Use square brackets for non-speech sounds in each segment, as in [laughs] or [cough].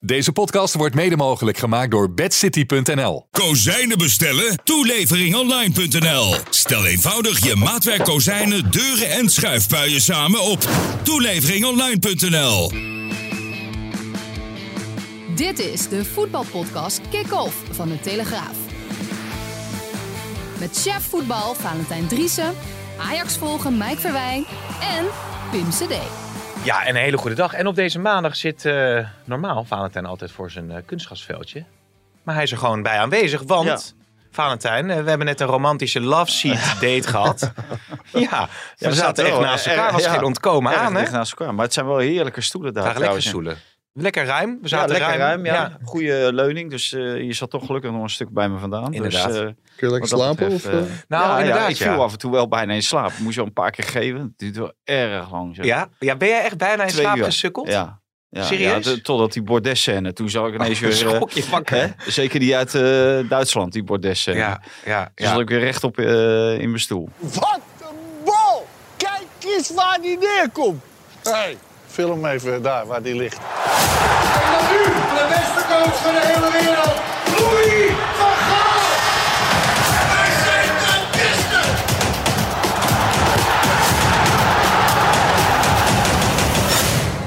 Deze podcast wordt mede mogelijk gemaakt door bedcity.nl. Kozijnen bestellen? Toeleveringonline.nl. Stel eenvoudig je maatwerk kozijnen, deuren en schuifpuien samen op toeleveringonline.nl. Dit is de voetbalpodcast Kick-Off van de Telegraaf. Met chef voetbal Valentijn Driessen, Ajax volgen Mike Verwijn en Pim CD. Ja, en een hele goede dag. En op deze maandag zit eh, normaal Valentijn altijd voor zijn eh, kunstgrasveldje. Maar hij is er gewoon bij aanwezig, want... Valentijn, eh, we hebben net een romantische love [laughs] seat date gehad. Ja, we zaten echt naast eh, elkaar. was geen ontkomen aan, hè? Echt naast elkaar. Maar het zijn wel heerlijke stoelen daar. Graag lekker trouwens. stoelen. Lekker ruim. We Ja, zaten lekker ruim. ja. Ja, Goede leuning. Dus eh, je zat toch gelukkig nog een stuk bij me vandaan. Inderdaad. Dus, eh, Kun je wat dat lekker slapen? betreft, of, eh, eh, Nou, ja, ja, inderdaad, ik ja. viel af en toe wel bijna in slaap. Moest je wel een paar keer geven. Het duurt wel erg lang. Zo. ja. ja, ben jij echt bijna in Twee slaap uur. gesukkeld? Ja. Ja, Serieus? Oh, ja, t- totdat die bordesscène. Toen zag ik ineens [laughs] weer... eh, Schok je hè, pakken. zeker die uit eh, Duitsland, die bordesscène. Ja, ja, Toen zat ja. ik weer rechtop eh, in mijn stoel. Wat een bal! Kijk eens waar die neerkomt. Hé, hey, film even daar waar die ligt. En dan nu de beste coach van de hele wereld, Louis van Gaal. Wij zijn de beste.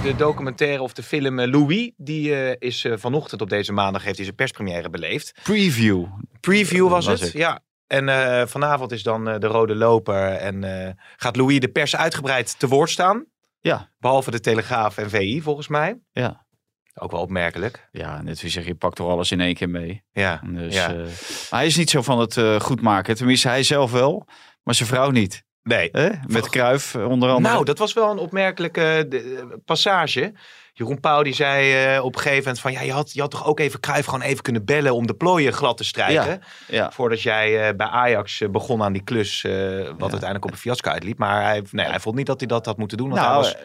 De documentaire of de film eh, Louis, die eh, is eh, vanochtend op deze maandag, heeft hij zijn perspremière beleefd. Preview. Preview was, Was het, het. ja. En eh, vanavond is dan eh, de rode loper en eh, gaat Louis de pers uitgebreid te woord staan. Ja. Behalve de Telegraaf en VI volgens mij. Ja. Ook wel opmerkelijk. Ja, net wie zeg je, pakt toch alles in één keer mee. Ja, Dus, ja. eh, maar hij is niet zo van het eh, goed maken. Tenminste, hij zelf wel, maar zijn vrouw niet. nee. Hè? Met Kruif onder andere. Nou, dat was wel een opmerkelijke eh, passage. Jeroen Pauw die zei eh, op een gegeven moment van... Ja, je had, je had toch ook even Cruijff gewoon even kunnen bellen om de plooien glad te strijken. ja. Voordat jij eh, bij Ajax eh, begon aan die klus, eh, wat uiteindelijk op een fiasco uitliep. Maar hij, nee, hij vond niet dat hij dat had moeten doen. Want hij Nou, was, eh,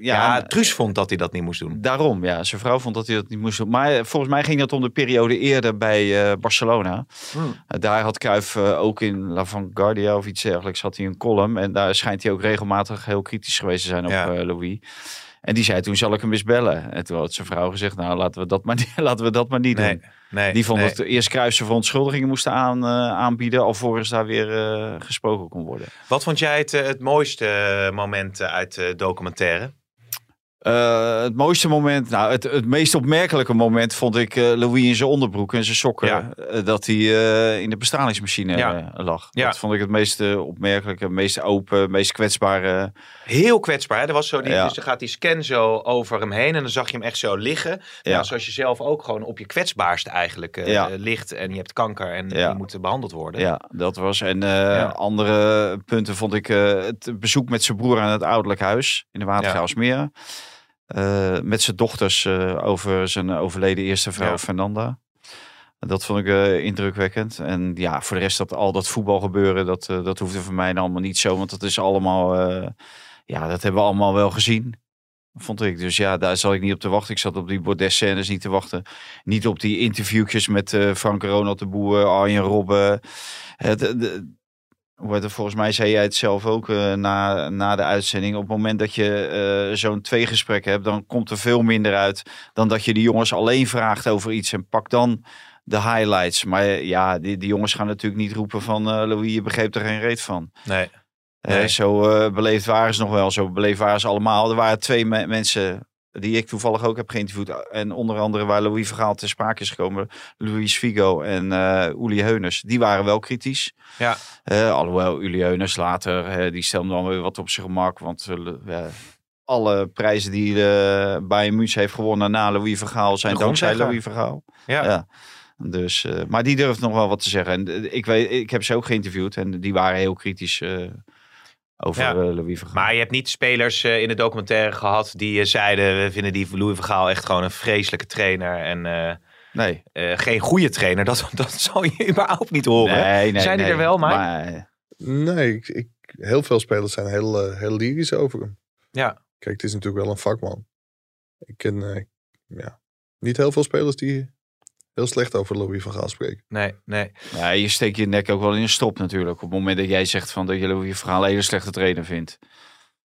ja, ja, Truus vond dat hij dat niet moest doen. daarom. Ja, zijn vrouw vond dat hij dat niet moest doen. Maar eh, volgens mij ging dat om de periode eerder bij eh, Barcelona. Hmm. Eh, daar had Kruif ook in La Vanguardia of iets dergelijks had hij een column. En daar schijnt hij ook regelmatig heel kritisch geweest te zijn op Ja. eh, Louis. En die zei toen, zal ik hem eens bellen? En toen had zijn vrouw gezegd, nou, laten we dat maar, niet- [laughs] laten we dat maar niet doen. Nee, nee, Die vond nee. dat eerst Kruijs zijn verontschuldigingen moesten aan, eh, aanbieden, alvorens daar weer eh, gesproken kon worden. Wat vond jij het, eh, het mooiste eh, moment eh, uit de documentaire? Eh, het mooiste moment, nou, het, het meest opmerkelijke moment vond ik eh, Louis in zijn onderbroek en zijn sokken. Ja. eh, dat hij eh, in de bestralingsmachine Ja. eh, lag. Ja. Dat vond ik het meest eh, opmerkelijke, het meest open, het meest kwetsbare. Heel kwetsbaar. Hè? Er was zo die, Ja. Dus dan gaat die scan zo over hem heen en dan zag je hem echt zo liggen. Ja. Nou, zoals je zelf ook gewoon op je kwetsbaarste eigenlijk eh, Ja. eh, ligt. En je hebt kanker en Ja. die moet eh, behandeld worden. Ja, dat was. En eh, Ja. andere punten vond ik eh, het bezoek met zijn broer aan het ouderlijk huis in de Watergraafsmeer. Eh, met zijn dochters eh, over zijn overleden eerste vrouw Ja. Fernanda. Dat vond ik eh, indrukwekkend. En ja, voor de rest dat al dat voetbal gebeuren, dat, eh, dat hoefde voor mij dan allemaal niet zo. Want dat is allemaal, eh, ja, dat hebben we allemaal wel gezien. Vond ik. Dus ja, daar zat ik niet op te wachten. Ik zat op die bordesscènes niet te wachten. Niet op die interviewtjes met eh, Frank Ronald de Boer, eh, Arjen Robben. Het, de- hoe heet het, volgens mij zei jij het zelf ook eh, na, na de uitzending. Op het moment dat je eh, zo'n twee gesprekken hebt, dan komt er veel minder uit dan dat je die jongens alleen vraagt over iets en pak dan de highlights. Maar eh, ja, die, die jongens gaan natuurlijk niet roepen van eh, Louis, je begreep er geen reet van. Nee. Eh, Nee. zo eh, beleefd waren ze nog wel. Zo beleefd waren ze allemaal. Er waren twee me- mensen die ik toevallig ook heb geïnterviewd. eh, En onder andere waar Louis Vergaal ter sprake is gekomen. Louis Figo en eh Uli Heuners. Die waren wel kritisch. Ja. Eh, alhoewel Uli Heuners later, eh, die stelde dan weer wat op zijn gemak. Want eh, ja, alle prijzen die eh Bayern München heeft gewonnen na Louis Vergaal zijn De dankzij grondlegger. Louis Vergaal. Ja. Ja. Dus, eh, maar die durft nog wel wat te zeggen. En eh, ik, weet, ik heb ze ook geïnterviewd en die waren heel kritisch eh, over Ja. eh, Louis van Gaal. Maar je hebt niet spelers eh, in de documentaire gehad die eh, zeiden... we vinden die Louis van Gaal echt gewoon een vreselijke trainer... en eh, nee, eh, geen goede trainer. [laughs] Dat, dat zou je überhaupt niet horen. nee, nee, Zijn die nee. er wel, Mike? maar eh, Nee, ik, ik, heel veel spelers zijn heel, eh, heel lyrisch over hem. Ja. Kijk, het is natuurlijk wel een vakman. Ik ken eh, ja, niet heel veel spelers die heel slecht over Louis van Gaal spreken. Nee, nee. ja, je steekt je nek ook wel in een strop natuurlijk. Op het moment dat jij zegt van dat je Louis van Gaal een hele slechte trainer vindt.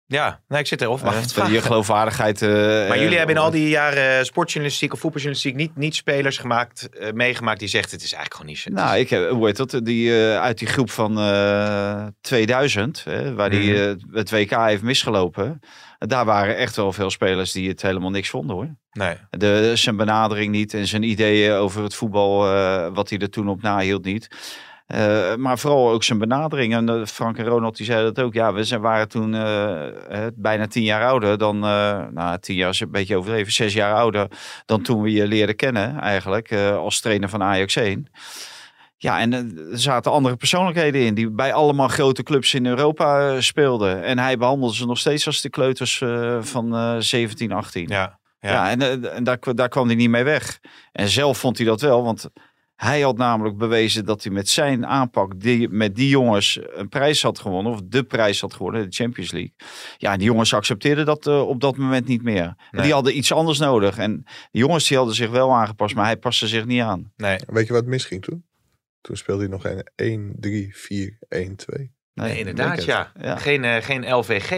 Ja, nee, ik zit erop. Maar, Eh, dat je geloofwaardigheid... eh, maar jullie eh, hebben in al die jaren eh, sportjournalistiek of voetbaljournalistiek... niet, niet spelers gemaakt, eh, meegemaakt die zegt... het is eigenlijk gewoon niet zo. Nou, ik heb, hoe heet dat? Die, eh, uit die groep van eh, 2000, hè, waar die Mhm. eh, het WK heeft misgelopen. Daar waren echt wel veel spelers die het helemaal niks vonden hoor. nee. De, zijn benadering niet en zijn ideeën over het voetbal, eh, wat hij er toen op nahield, niet. Eh, maar vooral ook zijn benadering. En eh, Frank en Ronald die zeiden dat ook. Ja, we zijn, waren toen eh, eh, bijna tien jaar ouder dan... eh, nou, tien jaar is een beetje overdreven. Zes jaar ouder dan toen we je leerden kennen eigenlijk. eh, als trainer van Ajax 1. Ja, en eh, er zaten andere persoonlijkheden in. Die bij allemaal grote clubs in Europa eh, speelden. En hij behandelde ze nog steeds als de kleuters eh, van eh 17, 18. Ja, ja. Ja, en, eh, en daar, kwa- daar kwam hij niet mee weg. En zelf vond hij dat wel, want hij had namelijk bewezen dat hij met zijn aanpak die, met die jongens een prijs had gewonnen. Of de prijs had gewonnen, de Champions League. Ja, en die jongens accepteerden dat eh, op dat moment niet meer. En Nee. Die hadden iets anders nodig. En de jongens die hadden zich wel aangepast, maar hij paste zich niet aan. nee. Weet je wat misging toen? Toen speelde hij nog een 1, 3, 4, 1, 2. Nee, Nee, inderdaad, ik ja. denk het. Ja. Ah, Geen, eh, geen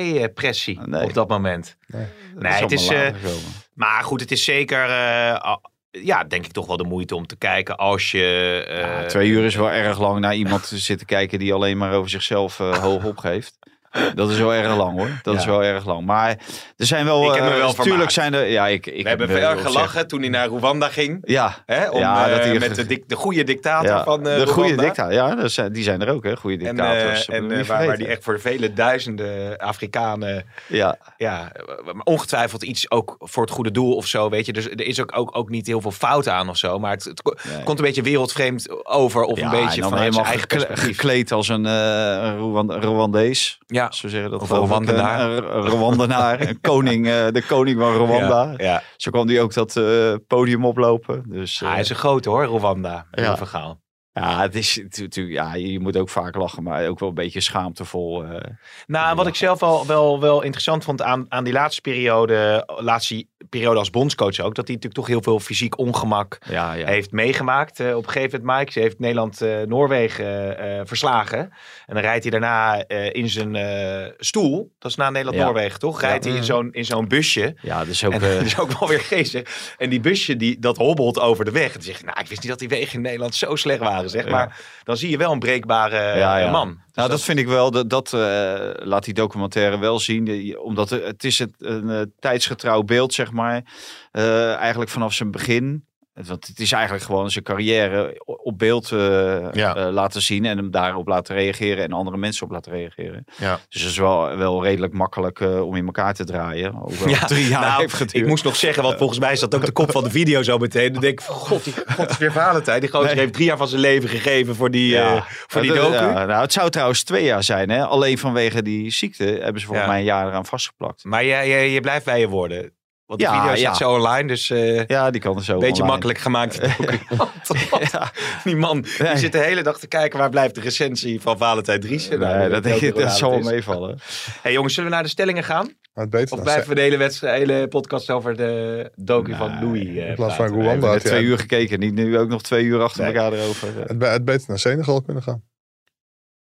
LVG-pressie Nee. op dat moment. Dat Nee, het is, allemaal eh, later gekomen. Maar goed, het is zeker, eh, al- ja, denk ik toch wel de moeite om te kijken als je... eh, Ja, twee uur is wel erg lang naar iemand te zitten kijken die alleen maar over zichzelf eh, [laughs] hoog opgeeft. Dat is wel erg lang hoor. Dat is wel erg lang. Maar er zijn wel. Ik heb me eh, wel Tuurlijk vermaakt. zijn er. Ja, ik, ik we hebben me veel wel gelachen toen hij naar Rwanda ging. gezegd. Ja. Hè, om, Ja, eh, dat hij- met de, dik- de goede dictator ja, van eh, de goede Rwanda. dictator. Ja, dat zijn, die zijn er ook, hè? Goede En, eh, dictators. Dat en moeten we eh, niet waar, waar die vergeten. echt voor vele duizenden Afrikanen, Ja, ja, eh, maar ongetwijfeld iets ook voor het goede doel of zo, weet je. Dus er is ook, ook, ook niet heel veel fout aan of zo, maar het, het ko- Nee. komt een beetje wereldvreemd over of Ja, een en beetje dan van zijn helemaal eigen gekle- perspectief. gekleed als een eh, Rwan- Rwandees. ja. Zo zeggen dat Of geloof ik. Rwandenaar. Een, een [laughs] Rwandenaar. een koning, eh, de koning van Rwanda. Ja, ja. Zo kwam die ook dat eh, podium oplopen. Dus, eh, Ah, hij is een grote hoor, Rwanda, Ja. ja. verhaal. Ja, het is, tu- tu- ja, je moet ook vaak lachen, maar ook wel een beetje schaamtevol. eh. Nou, en wat ik zelf wel, wel, wel interessant vond aan, aan die laatste periode, laatste periode als bondscoach ook, dat hij natuurlijk toch heel veel fysiek ongemak ja, ja. heeft meegemaakt. Eh, op een gegeven moment, Mike, ze heeft Nederland-Noorwegen eh, eh, verslagen. En dan rijdt hij daarna eh, in zijn eh, stoel, dat is na Nederland-Noorwegen toch, rijdt hij in zo'n, in zo'n busje. ja, dus ook... En [laughs] eh, dat is ook wel weer geestig. En die busje, die, dat hobbelt over de weg. En zegt, nou, ik wist niet dat die wegen in Nederland zo slecht waren, zeg. Maar dan zie je wel een breekbare eh, Ja, ja. man. Dus nou, dat vind ik wel, dat, dat eh, laat die documentaire wel zien. Die- Omdat eh, het is het, een eh, tijdsgetrouw beeld, zeg maar. Eh, eigenlijk vanaf zijn begin. Want het is eigenlijk gewoon zijn carrière o- op beeld eh, Ja. eh, laten zien. En hem daarop laten reageren. En andere mensen op laten reageren. Ja. Dus het is wel, wel redelijk makkelijk eh, om in elkaar te draaien. Ook wel [laughs] drie jaar nou, heeft geduurd. Ik moest nog zeggen, want volgens mij is dat ook de kop van de video zo meteen. Dan denk ik, van, god, die god is weer Valentijn. Die gozer heeft drie jaar van zijn leven gegeven voor die, eh, voor die Ja, docu. ja, nou, het zou trouwens twee jaar zijn. Hè? Alleen vanwege die ziekte hebben ze volgens Ja. mij een jaar eraan vastgeplakt. Maar jij, jij, je blijft bij je woorden. Want de Ja, video ja. staat zo online, dus eh, een Ja, die kan er zo beetje online. makkelijk gemaakt. [laughs] Ja. [laughs] Die man die Nee. zit de hele dag te kijken, waar blijft de recensie van Valentijn Driessen? Nou, Nee, ik weet dat, denk ook ik, niet dat hoe zal laat wel het is. meevallen. hey, jongens, zullen we naar de stellingen gaan? Maar het beter Of dan blijven ze- we de hele, wedstrijd, hele podcast over de docu van Louis eh, in plaats praten? We van Rwanda. hebben net had twee je- uur gekeken. Niet nu ook nog twee uur achter Nee. elkaar erover. Eh, Het, be- het beter naar Senegal kunnen gaan.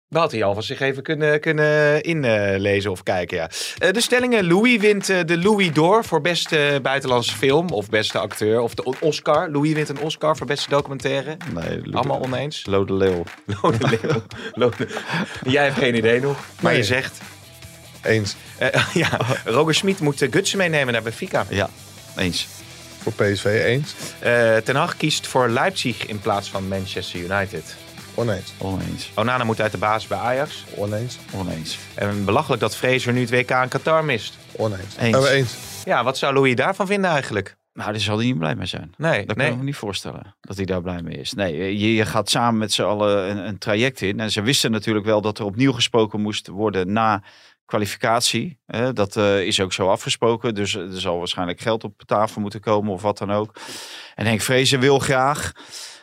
We hadden hij alvast zich even kunnen, kunnen inlezen of kijken, ja. Eh, de stellingen. Louis wint eh, de Louis door voor beste buitenlandse film of beste acteur. Of de Oscar. Louis wint een Oscar voor beste documentaire. Nee, Lo- Allemaal oneens. Lode Leeuw. Lode Leeuw. Lode- Jij hebt geen idee nog, maar Nee. je zegt... Eens eh, [laughs] ja, Roger Smit moet eh, Gutsen meenemen naar Benfica. Ja, eens. voor PSV, eens. Eh, Ten Hag kiest voor Leipzig in plaats van Manchester United. Oneens, Oneens. Onana moet uit de basis bij Ajax. oneens, Oneens. En belachelijk dat Fraser nu het WK in Qatar mist. oneens. Eens. Eens. eens. Ja, wat zou Louis daarvan vinden eigenlijk? Nou, daar zal hij niet blij mee zijn. Nee, Dat nee. kan ik me niet voorstellen, dat hij daar blij mee is. Nee, je, je gaat samen met z'n allen een, een traject in. En ze wisten natuurlijk wel dat er opnieuw gesproken moest worden na kwalificatie. Hè, dat eh, is ook zo afgesproken. Dus er zal waarschijnlijk geld op tafel moeten komen of wat dan ook. En Henk Vrezen wil graag.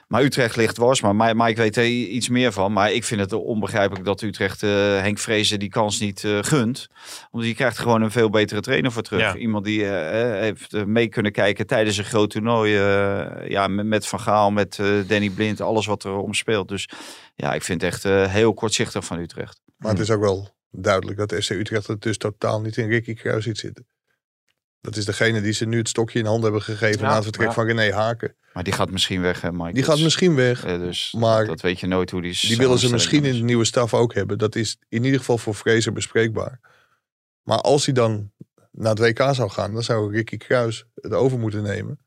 Maar Utrecht ligt dwars. Maar Mi- Mike weet er i- iets meer van. Maar ik vind het onbegrijpelijk dat Utrecht eh, Henk Vrezen die kans niet eh, gunt. Omdat je krijgt gewoon een veel betere trainer voor terug. Ja. Iemand die eh, eh, heeft eh, mee kunnen kijken tijdens een groot toernooi. eh, ja, met, met Van Gaal, met eh, Danny Blind. Alles wat er omspeelt. Dus ja, ik vind het echt eh, heel kortzichtig van Utrecht. Maar het is ook wel duidelijk dat FC Utrecht het dus totaal niet in Ricky Kruis ziet zitten. Dat is degene die ze nu het stokje in handen hebben gegeven Ja, na het vertrek ja. van René Haken. Maar die gaat misschien weg, hè, Mike. Die Dat gaat is- misschien weg. Eh, dus Maar dat weet je nooit hoe die Die willen ze samenstelling misschien in is. de nieuwe staf ook hebben. Dat is in ieder geval voor Fraser bespreekbaar. Maar als hij dan naar het WK zou gaan, dan zou Ricky Kruis het over moeten nemen.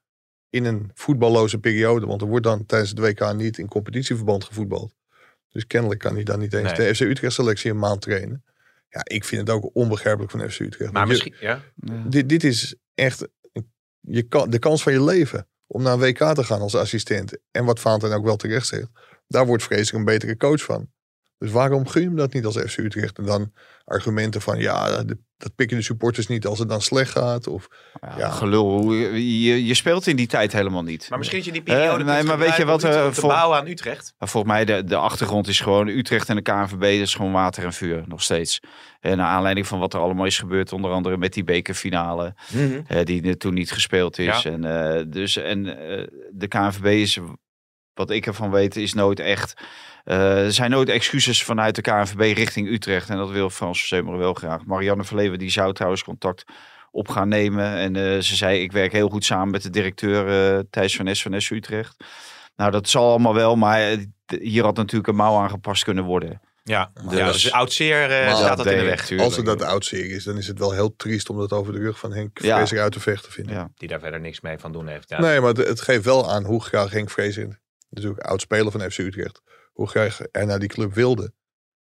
In een voetballoze periode. Want er wordt dan tijdens het WK niet in competitieverband gevoetbald. Dus kennelijk kan hij dan niet eens Nee. de FC Utrecht selectie een maand trainen. Ja, ik vind het ook onbegrijpelijk van FC Utrecht. Want Maar je- misschien, ja. dit, dit is echt je kan, de kans van je leven om naar een WK te gaan als assistent. En wat Vaanten ook wel terecht zegt, daar wordt vreselijk een betere coach van. Dus waarom gun je hem dat niet als FC Utrecht? En dan argumenten van ja, de- dat pikken de supporters niet als het dan slecht gaat. Of Ja, Ja. Gelul, hoe- je, je speelt in die tijd helemaal niet. Maar misschien dat je die Eh, periode nee, kunt maar weet je gebruiken om wat, Utrecht eh, te voor- bouwen aan Utrecht. Maar volgens mij de, de achtergrond is gewoon Utrecht en de KNVB, dat is gewoon water en vuur nog steeds. En naar aanleiding van wat er allemaal is gebeurd, onder andere met die bekerfinale, eh, die er toen niet gespeeld is. Ja. En, eh, dus, en eh, de KNVB is, wat ik ervan weet, is nooit echt, eh, er zijn nooit excuses vanuit de KNVB richting Utrecht. En dat wil Frans Zeumer wel graag. Marianne Verleven, die zou trouwens contact op gaan nemen. En eh, ze zei, ik werk heel goed samen met de directeur eh, Thijs van S van S Utrecht. Nou, dat zal allemaal wel, maar eh, d- hier had natuurlijk een mouw aangepast kunnen worden. Ja, Dus- ja, dus oud zeer eh, Maar staat dat in de weg. Tuurlijk. als het dat oud serie is, dan is het wel heel triest om dat over de rug van Henk Ja. Vrezer uit te vechten vinden. Ja. Die daar verder niks mee van doen heeft. Ja, Nee, maar het, het geeft wel aan hoe graag Henk Vrezer, natuurlijk oud speler van FC Utrecht, hoe graag hij naar die club wilde.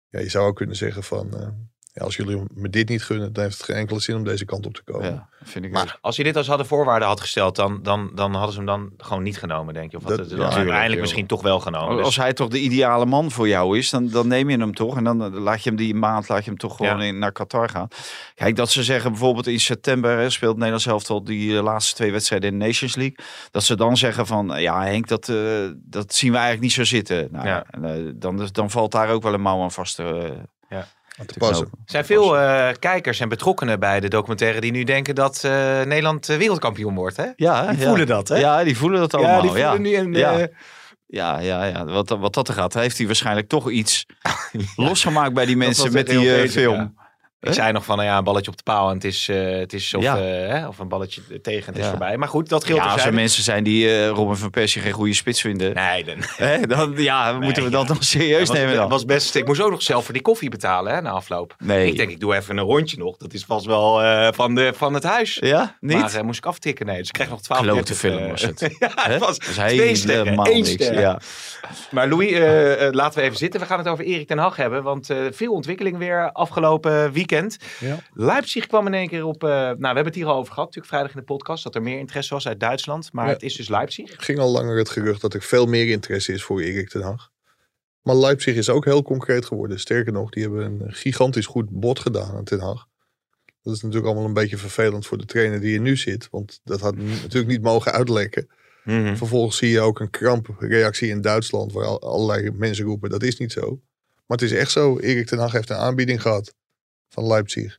Ja, je zou ook kunnen zeggen van, eh, ja, als jullie me dit niet gunnen, dan heeft het geen enkele zin om deze kant op te komen. Ja, vind ik Maar- ook. Als hij dit als hadden voorwaarde had gesteld, dan, dan, dan hadden ze hem dan gewoon niet genomen, denk je. Of Dat- dat, dan ja, uiteindelijk joh. misschien toch wel genomen. Oh, Als Dus- hij toch de ideale man voor jou is, dan, dan neem je hem toch. En dan eh, laat je hem die maand laat je hem toch gewoon Ja. in, naar Qatar gaan. Kijk, dat ze zeggen bijvoorbeeld in september hè, speelt Nederlands elftal die eh, laatste twee wedstrijden in de Nations League. Dat ze dan zeggen van, eh, ja Henk, dat, eh, dat zien we eigenlijk niet zo zitten. Nou, Ja. en, eh, dan, dan valt daar ook wel een mouw aan vast eh, te passen. knopen. Er zijn veel eh, kijkers en betrokkenen bij de documentaire die nu denken dat eh, Nederland eh, wereldkampioen wordt. Hè? Ja, Die ja. voelen dat, hè? Ja, die voelen dat allemaal. Ja, die voelen nu een, ja. eh, ja, ja, ja. Wat, wat dat er gaat, heeft hij waarschijnlijk toch [laughs] iets losgemaakt bij die mensen was met echt die heel eh, bezig, film. ja. Ik Hè? zei nog van, nou ja, een balletje op de paal en het is, eh, het is of, Ja. eh, hè, of een balletje tegen en het is Ja. voorbij. Maar goed, dat geldt ja, er als er zijn. mensen zijn die eh, Robin van Persie geen goede spits vinden. Nee, dan, Hè, dan ja, moeten we dat nog serieus was, nemen dan. was best. Ik moest ook nog zelf voor die koffie betalen hè, na afloop. Nee. Ik denk, ik doe even een rondje nog. Dat is vast wel eh, van, de, van het huis. ja, niet? Maar eh, moest ik aftikken? Nee, dus ik kreeg nog 12 Klote film was het. [laughs] ja, Hè? het was Dat is twee sterren, helemaal één niks. ster. Ja. Maar Louis, eh, eh, laten we even zitten. We gaan het over Erik ten Hag hebben, want eh, veel ontwikkeling weer afgelopen weekend. Ja. Leipzig kwam in één keer op... eh, nou, we hebben het hier al over gehad, natuurlijk vrijdag in de podcast, dat er meer interesse was uit Duitsland. Maar Ja. het is dus Leipzig. ging al langer het gerucht dat er veel meer interesse is voor Erik ten Hag. Maar Leipzig is ook heel concreet geworden. Sterker nog, die hebben een gigantisch goed bod gedaan aan ten Hag. Dat is natuurlijk allemaal een beetje vervelend voor de trainer die er nu zit. Want dat had n- natuurlijk niet mogen uitlekken. Vervolgens zie je ook een krampreactie in Duitsland. Waar al- allerlei mensen roepen, dat is niet zo. Maar het is echt zo. Erik ten Hag heeft een aanbieding gehad van Leipzig.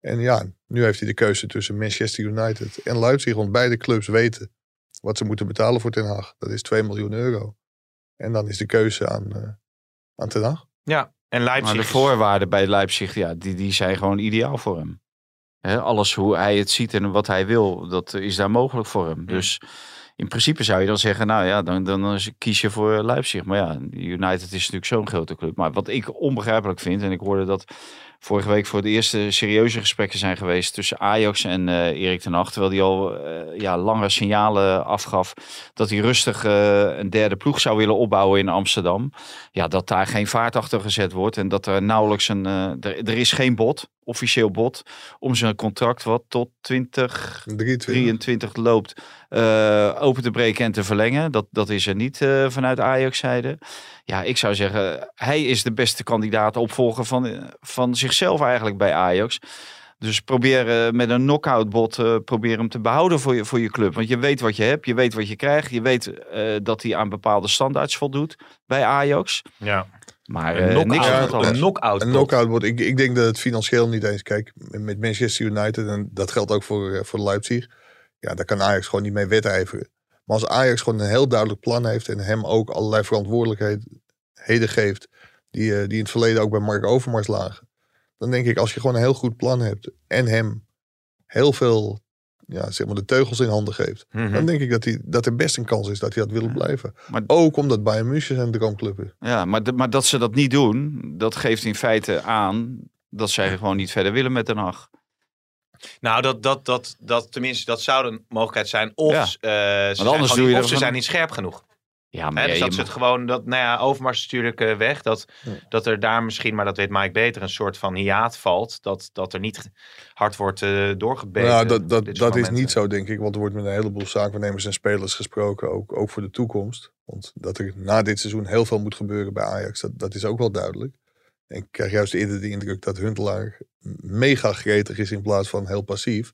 En ja, nu heeft hij de keuze tussen Manchester United en Leipzig. Want beide clubs weten wat ze moeten betalen voor Ten Haag. Dat is 2 miljoen euro. En dan is de keuze aan, eh, aan Ten Haag. Ja, en Leipzig... Maar de is- voorwaarden bij Leipzig, ja, die, die zijn gewoon ideaal voor hem. Hè, alles hoe hij het ziet en wat hij wil, dat is daar mogelijk voor hem. Dus in principe zou je dan zeggen, nou ja, dan, dan is- kies je voor Leipzig. Maar ja, United is natuurlijk zo'n grote club. Maar wat ik onbegrijpelijk vind, en ik hoorde dat vorige week voor het eerst eh, serieuze gesprekken zijn geweest tussen Ajax en eh, Erik ten Hag. Terwijl hij al eh, ja, lange signalen afgaf dat hij rustig eh, een derde ploeg zou willen opbouwen in Amsterdam. Ja, dat daar geen vaart achter gezet wordt en dat er nauwelijks een... eh, er, er is geen bod, officieel bod, om zijn contract wat tot 20... 23. 23 loopt eh, open te breken en te verlengen. Dat, dat is er niet eh, vanuit Ajax-zijde. Ja, ik zou zeggen, hij is de beste kandidaat opvolger van, eh, van zich zichzelf eigenlijk bij Ajax. Dus probeer eh, met een knockout bot eh, probeer hem te behouden voor je, voor je club. Want je weet wat je hebt, je weet wat je krijgt. Je weet eh, dat hij aan bepaalde standaards voldoet bij Ajax. Ja. Maar Een eh, niks van knock-out. dat alles. Een knock-out. Een knock-out wordt. Ik, ik denk dat het financieel niet eens. Kijk, met Manchester United, en dat geldt ook voor, eh, voor Leipzig. Ja, daar kan Ajax gewoon niet mee wedijveren. Maar als Ajax gewoon een heel duidelijk plan heeft en hem ook allerlei verantwoordelijkheden geeft. Die, eh, die in het verleden ook bij Mark Overmars lagen. Dan denk ik, als je gewoon een heel goed plan hebt en hem heel veel ja, zeg maar de teugels in handen geeft. Mhm. Dan denk ik dat, hij, dat er best een kans is dat hij dat wil blijven. Maar- Ook omdat Bayern München zijn droomclub is. Ja, maar, d- maar dat ze dat niet doen, dat geeft in feite aan dat zij gewoon niet verder willen met Den Haag. Nou, dat, dat, dat, dat, tenminste, dat zou een mogelijkheid zijn. Of, Ja. eh, ze, zijn, anders gewoon doe je niet, er of ze van- zijn niet scherp genoeg. Ja, Hè? maar dus ja, dat je ze het mag- gewoon, dat, nou ja, Overmars is natuurlijk eh, weg. Dat, Ja. dat er daar misschien, maar dat weet Mike beter, een soort van hiaat valt. Dat, dat er niet hard wordt eh doorgebeten. Nou, dat, op dat, dit dat is moment. niet zo, denk ik. Want er wordt met een heleboel zaakwaarnemers en spelers gesproken. Ook, ook voor de toekomst. Want dat er na dit seizoen heel veel moet gebeuren bij Ajax, dat, dat is ook wel duidelijk. En ik krijg juist eerder de indruk dat Huntelaar mega gretig is in plaats van heel passief.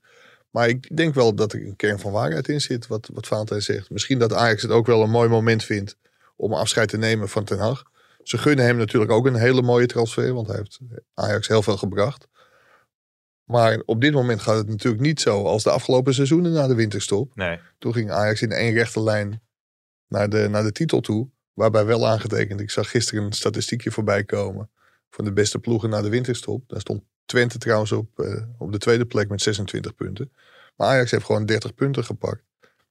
Maar ik denk wel dat er een kern van waarheid in zit, wat, wat Valentijn zegt. Misschien dat Ajax het ook wel een mooi moment vindt om afscheid te nemen van Ten Hag. Ze gunnen hem natuurlijk ook een hele mooie transfer, want hij heeft Ajax heel veel gebracht. Maar op dit moment gaat het natuurlijk niet zo als de afgelopen seizoenen na de winterstop. Nee. Toen ging Ajax in één rechte lijn naar de, naar de titel toe. Waarbij wel aangetekend, ik zag gisteren een statistiekje voorbij komen van de beste ploegen na de winterstop. Daar stond Twente trouwens op, eh, op de tweede plek met 26 punten. Maar Ajax heeft gewoon 30 punten gepakt.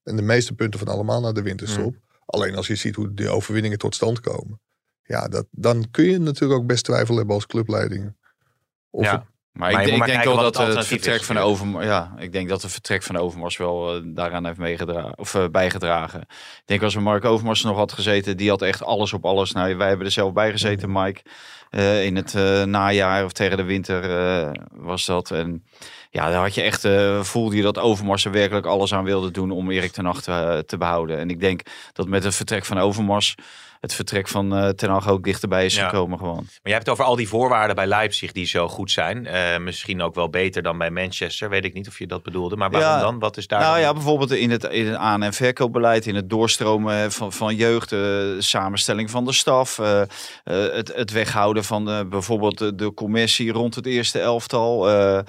En de meeste punten van allemaal na de winterstop. Alleen als je ziet hoe de overwinningen tot stand komen. Ja, dat, dan kun je natuurlijk ook best twijfel hebben als clubleiding. Of Ja. het Maar, Maar ik, je denk- moet ik maar denk kijken wel wat dat het eh, het alternatief vertrek is van de Overmars, ja, ik denk dat het vertrek van de Overmars wel eh, daaraan heeft meegedragen of eh, bijgedragen. Ik denk als er Mark Overmars nog had gezeten, die had echt alles op alles. Nou, wij hebben er zelf bij gezeten, Mike, eh, in het eh, najaar of tegen de winter eh, was dat. En ja, daar had je echt eh, voelde je dat Overmars er werkelijk alles aan wilde doen om Erik ten Hag te, eh, te behouden. En ik denk dat met het vertrek van Overmars het vertrek van eh, ten Hag ook dichterbij is Ja. gekomen gewoon. Maar jij hebt het over al die voorwaarden bij Leipzig die zo goed zijn. Eh, misschien ook wel beter dan bij Manchester. Weet ik niet of je dat bedoelde. Maar waarom Ja. dan? Wat is daar? Nou ja, bijvoorbeeld in het, in het aan- en verkoopbeleid, in het doorstromen van, van jeugd, eh, samenstelling van de staf, eh, eh, het, het weghouden van eh, bijvoorbeeld de, de commissie rond het eerste elftal. eh,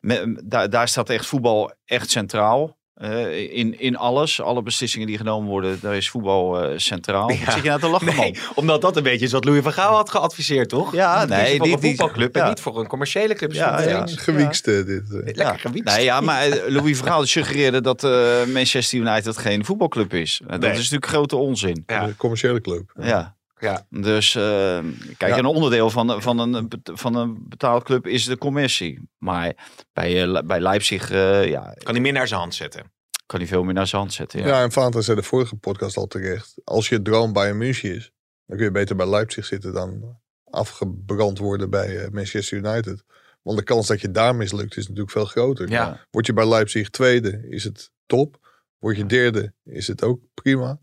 me- daar, daar staat echt voetbal echt centraal. eh, in, in alles, alle beslissingen die genomen worden, daar is voetbal eh, centraal. Wat Zit je nou te lachen, man? Nee, omdat dat een beetje is wat Louis van Gaal had geadviseerd, toch? Ja, Dat nee, is Voor die- een die- voetbalclub en ja. niet voor een commerciële club. Ja, Zo. ja. is gewiekst, eh, dit. eh. Lekker gewiekst. Nee, ja, maar eh, Louis Verhaal suggereerde dat eh, Manchester United geen voetbalclub is. En Dat Nee. is natuurlijk grote onzin. Ja. De commerciële club. Ja. Ja. Dus eh, kijk, Ja. een onderdeel van, van, een, bet- van een betaalclub is de commissie. Maar bij, eh, Le- bij Leipzig eh, ja, Kan hij meer naar zijn hand zetten. kan hij veel meer naar zijn hand zetten. Ja, Ja. en Vaanta zei de vorige podcast al terecht. Als je droom bij München is, dan kun je beter bij Leipzig zitten dan afgebrand worden bij eh, Manchester United. Want de kans dat je daar mislukt is natuurlijk veel groter. Ja. Word je bij Leipzig tweede, is het top. Word je derde, is het ook prima.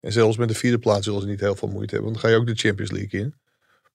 En zelfs met de vierde plaats zullen ze niet heel veel moeite hebben. Want dan ga je ook de Champions League in.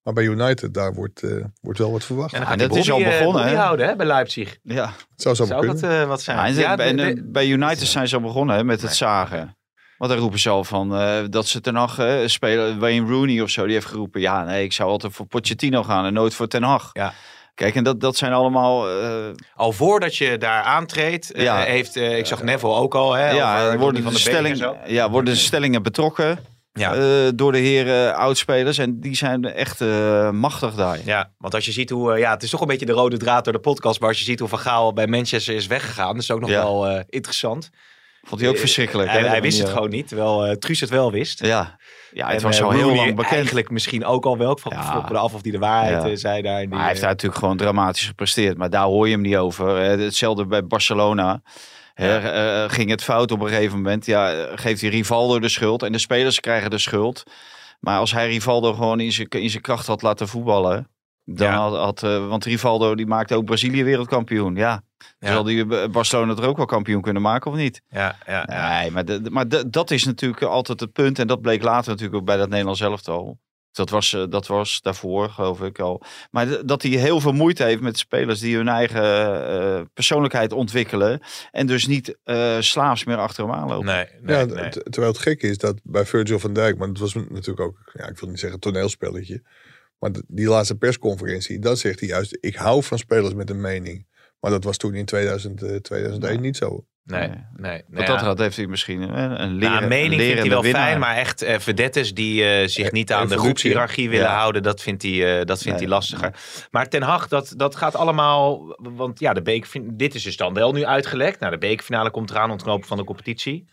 Maar bij United, daar wordt, eh, wordt wel wat verwacht. En Ja, dan gaat dat hij is al Bobby, eh, begonnen, Bobby hè? houden hè, bij Leipzig. Ja. Het zou zo maar Zou kunnen. dat eh, wat zijn? En, Ja, bij- en, de- eh, de- bij United zijn ze al begonnen hè, met het zagen. Want daar roepen ze al van eh, dat ze ten Hag eh, spelen. Wayne Rooney of zo, die heeft geroepen. Ja, nee, ik zou altijd voor Pochettino gaan en nooit voor ten Hag. Ja. Kijk, en dat, dat zijn allemaal... eh, Al voordat je daar aantreedt, eh, Ja. heeft, eh, ik zag Neville ook al, hè, over ja, Ronnie er worden, eh, van de der Beek en stelling, ja, worden de stellingen betrokken. Ja. eh, door de heren oudspelers. En die zijn echt eh, machtig daar. zo. Ja, want als je ziet hoe, eh, ja, het is toch een beetje de rode draad door de podcast, maar als je ziet hoe Van Gaal bij Manchester is weggegaan, dat is ook nog Ja. wel eh, interessant. Vond hij ook Eh, verschrikkelijk. Hij, hè, hij de wist het manier. gewoon niet, terwijl eh Truus het wel wist. Ja, ja het En, was eh, al heel Rooney lang bekend. Eigenlijk misschien ook al wel. Ik vroeg Ja. vroeg me af of hij de waarheid Ja. eh, zei daar. in die, Maar hij heeft eh, daar natuurlijk gewoon dramatisch gepresteerd. Maar daar hoor je hem niet over. Eh, Hetzelfde bij Barcelona. Hè, eh, ging het fout op een gegeven moment. Ja, eh, geeft hij Rivaldo de schuld. En de spelers krijgen de schuld. Maar als hij Rivaldo gewoon in zijn, in zijn kracht had laten voetballen. Dan Ja. had, had, eh, want Rivaldo die maakte ook Brazilië wereldkampioen. Ja. Ja. Zal die eh, Barcelona er ook wel kampioen kunnen maken of niet? eh, ja, ja, ja. Nee, maar, de- de- maar de- dat is natuurlijk altijd het punt. En dat bleek later natuurlijk ook bij dat Nederlands elftal. Dat was, eh, dat was daarvoor, geloof ik al. Maar d- dat hij heel veel moeite heeft met spelers die hun eigen eh, persoonlijkheid ontwikkelen. En dus niet eh, slaafs meer achter hem aanlopen. Nee, nee, ja, nee. t- Terwijl het gek is dat bij Virgil van Dijk, maar dat was natuurlijk ook, ja, ik wil niet zeggen toneelspelletje. Maar d- die laatste persconferentie, dat zegt hij juist, ik hou van spelers met een mening. Maar dat was toen in 2000, eh, 2001 niet zo. nee, nee. Wat Nou dat ja. gaat, heeft hij misschien eh, een, een leren, Nou, een mening vindt hij lerende wel winnaar. fijn, maar echt eh, vedettes die eh, zich niet aan de evolutie. groepshierarchie willen Ja. houden, dat vindt hij, eh, dat vindt Nee, hij lastiger. Maar Ten Hag, dat, dat gaat allemaal, want ja, de beek, dit is dus dan wel nu uitgelekt. Nou, de bekerfinale komt eraan, ontknopen van de competitie.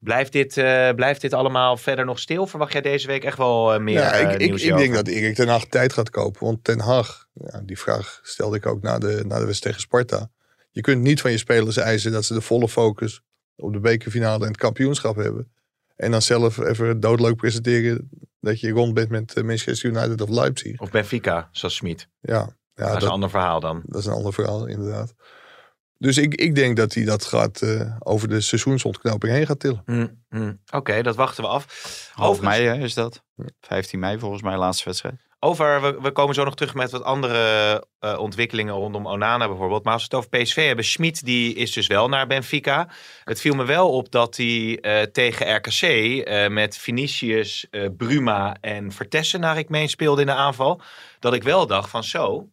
Blijft dit, eh, blijft dit allemaal verder nog stil? Verwacht jij deze week echt wel eh, meer Nou ja, eh, ik, ik, nieuws ik denk hierover? dat Erik ten Hag tijd gaat kopen. Want ten Hag, ja, die vraag stelde ik ook na de, na de wedstrijd tegen Sparta. Je kunt niet van je spelers eisen dat ze de volle focus op de bekerfinale en het kampioenschap hebben. En dan zelf even doodleuk presenteren dat je rond bent met eh, Manchester United of Leipzig. Of Benfica, zoals Smit. Ja, ja dat is een dat, ander verhaal dan. dat is een ander verhaal inderdaad. Dus ik, ik denk dat hij dat gaat eh, over de seizoensontknoping heen gaat tillen. Hmm, hmm. Oké, dat wachten we af. Half Overigens- mei hè, is dat. 15 mei volgens mij, laatste wedstrijd. Over, we, we komen zo nog terug met wat andere eh, ontwikkelingen rondom Onana bijvoorbeeld. Maar als we het over PSV hebben, Schmid die is dus wel naar Benfica. Het viel me wel op dat hij eh, tegen RKC eh, met Vinicius, eh, Bruma en Vertessen naar ik meen speelde in de aanval. Dat ik wel dacht van zo.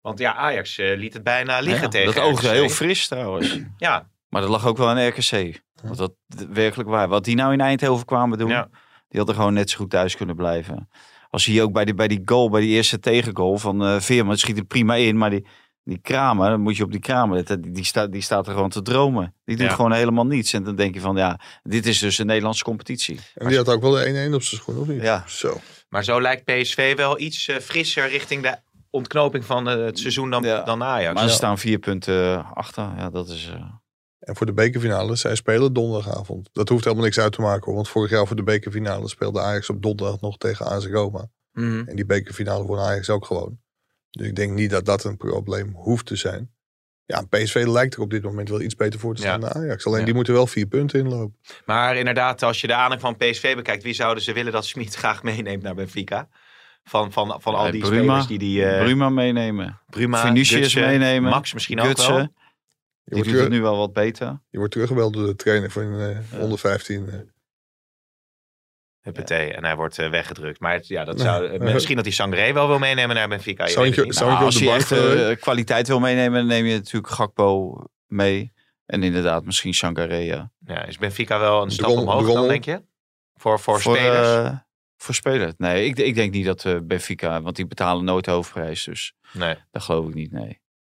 Want ja, Ajax eh, liet het bijna liggen Ja, tegen dat oogde RKC. heel fris [clears throat] trouwens. Ja, Maar dat lag ook wel aan RKC. Want dat werkelijk waar. Wat die nou in Eindhoven kwamen doen, Ja. die hadden gewoon net zo goed thuis kunnen blijven. Als hij ook bij die, bij die goal, bij die eerste tegengoal van eh Veerman, schiet er prima in. Maar die, die Kramer, dan moet je op die Kramer letten. Die, die, staat, die staat er gewoon te dromen. Die doet Ja. gewoon helemaal niets. En dan denk je van, ja, dit is dus een Nederlandse competitie. En die had ook wel de 1-1 op zijn schoen, of niet? Ja. Zo. maar zo lijkt PSV wel iets eh, frisser richting de ontknoping van eh, het seizoen dan, Ja. dan Ajax. Maar ze staan vier punten achter. Ja, dat is... eh, En voor de bekerfinale, zij spelen donderdagavond. Dat hoeft helemaal niks uit te maken. Hoor, want vorig jaar voor de bekerfinale speelde Ajax op donderdag nog tegen AS Roma. Mhm. En die bekerfinale won Ajax ook gewoon. Dus ik denk niet dat dat een probleem hoeft te zijn. Ja, PSV lijkt er op dit moment wel iets beter voor te staan Ja. dan Ajax. Alleen Ja. die moeten wel vier punten inlopen. Maar inderdaad, als je de aanhang van PSV bekijkt, wie zouden ze willen dat Smit [laughs] graag meeneemt naar Benfica? Van, van, van al Ja, die Bruma. spelers die die eh, Bruma meenemen. Bruma, Vinicius Gutsen, meenemen. Max misschien ook wel. Gutsen. Je Die doet wordt, het terug, nu wel wat beter. je wordt teruggebeld door de trainer van eh, onder 15. eh. Huppatee, en hij wordt eh, weggedrukt. Maar het- ja, dat Nee. [laughs] zou, eh, Nee. misschien dat hij Sangré wel wil meenemen naar Benfica. je weet het Sancho- niet. Zou ik Nou, op als de je bank echt willen? eh, kwaliteit wil meenemen, dan neem je natuurlijk Gakpo mee. En inderdaad, misschien Sangaré. ja. eh, Ja, is Benfica wel een stap eh, Drommel- omhoog dan, Drommel. denk je? Voor, voor, spelers. eh, voor spelers. Nee, ik, ik denk niet dat eh Benfica, want die betalen nooit hoofdprijs. Dus Nee, dat geloof ik niet, nee.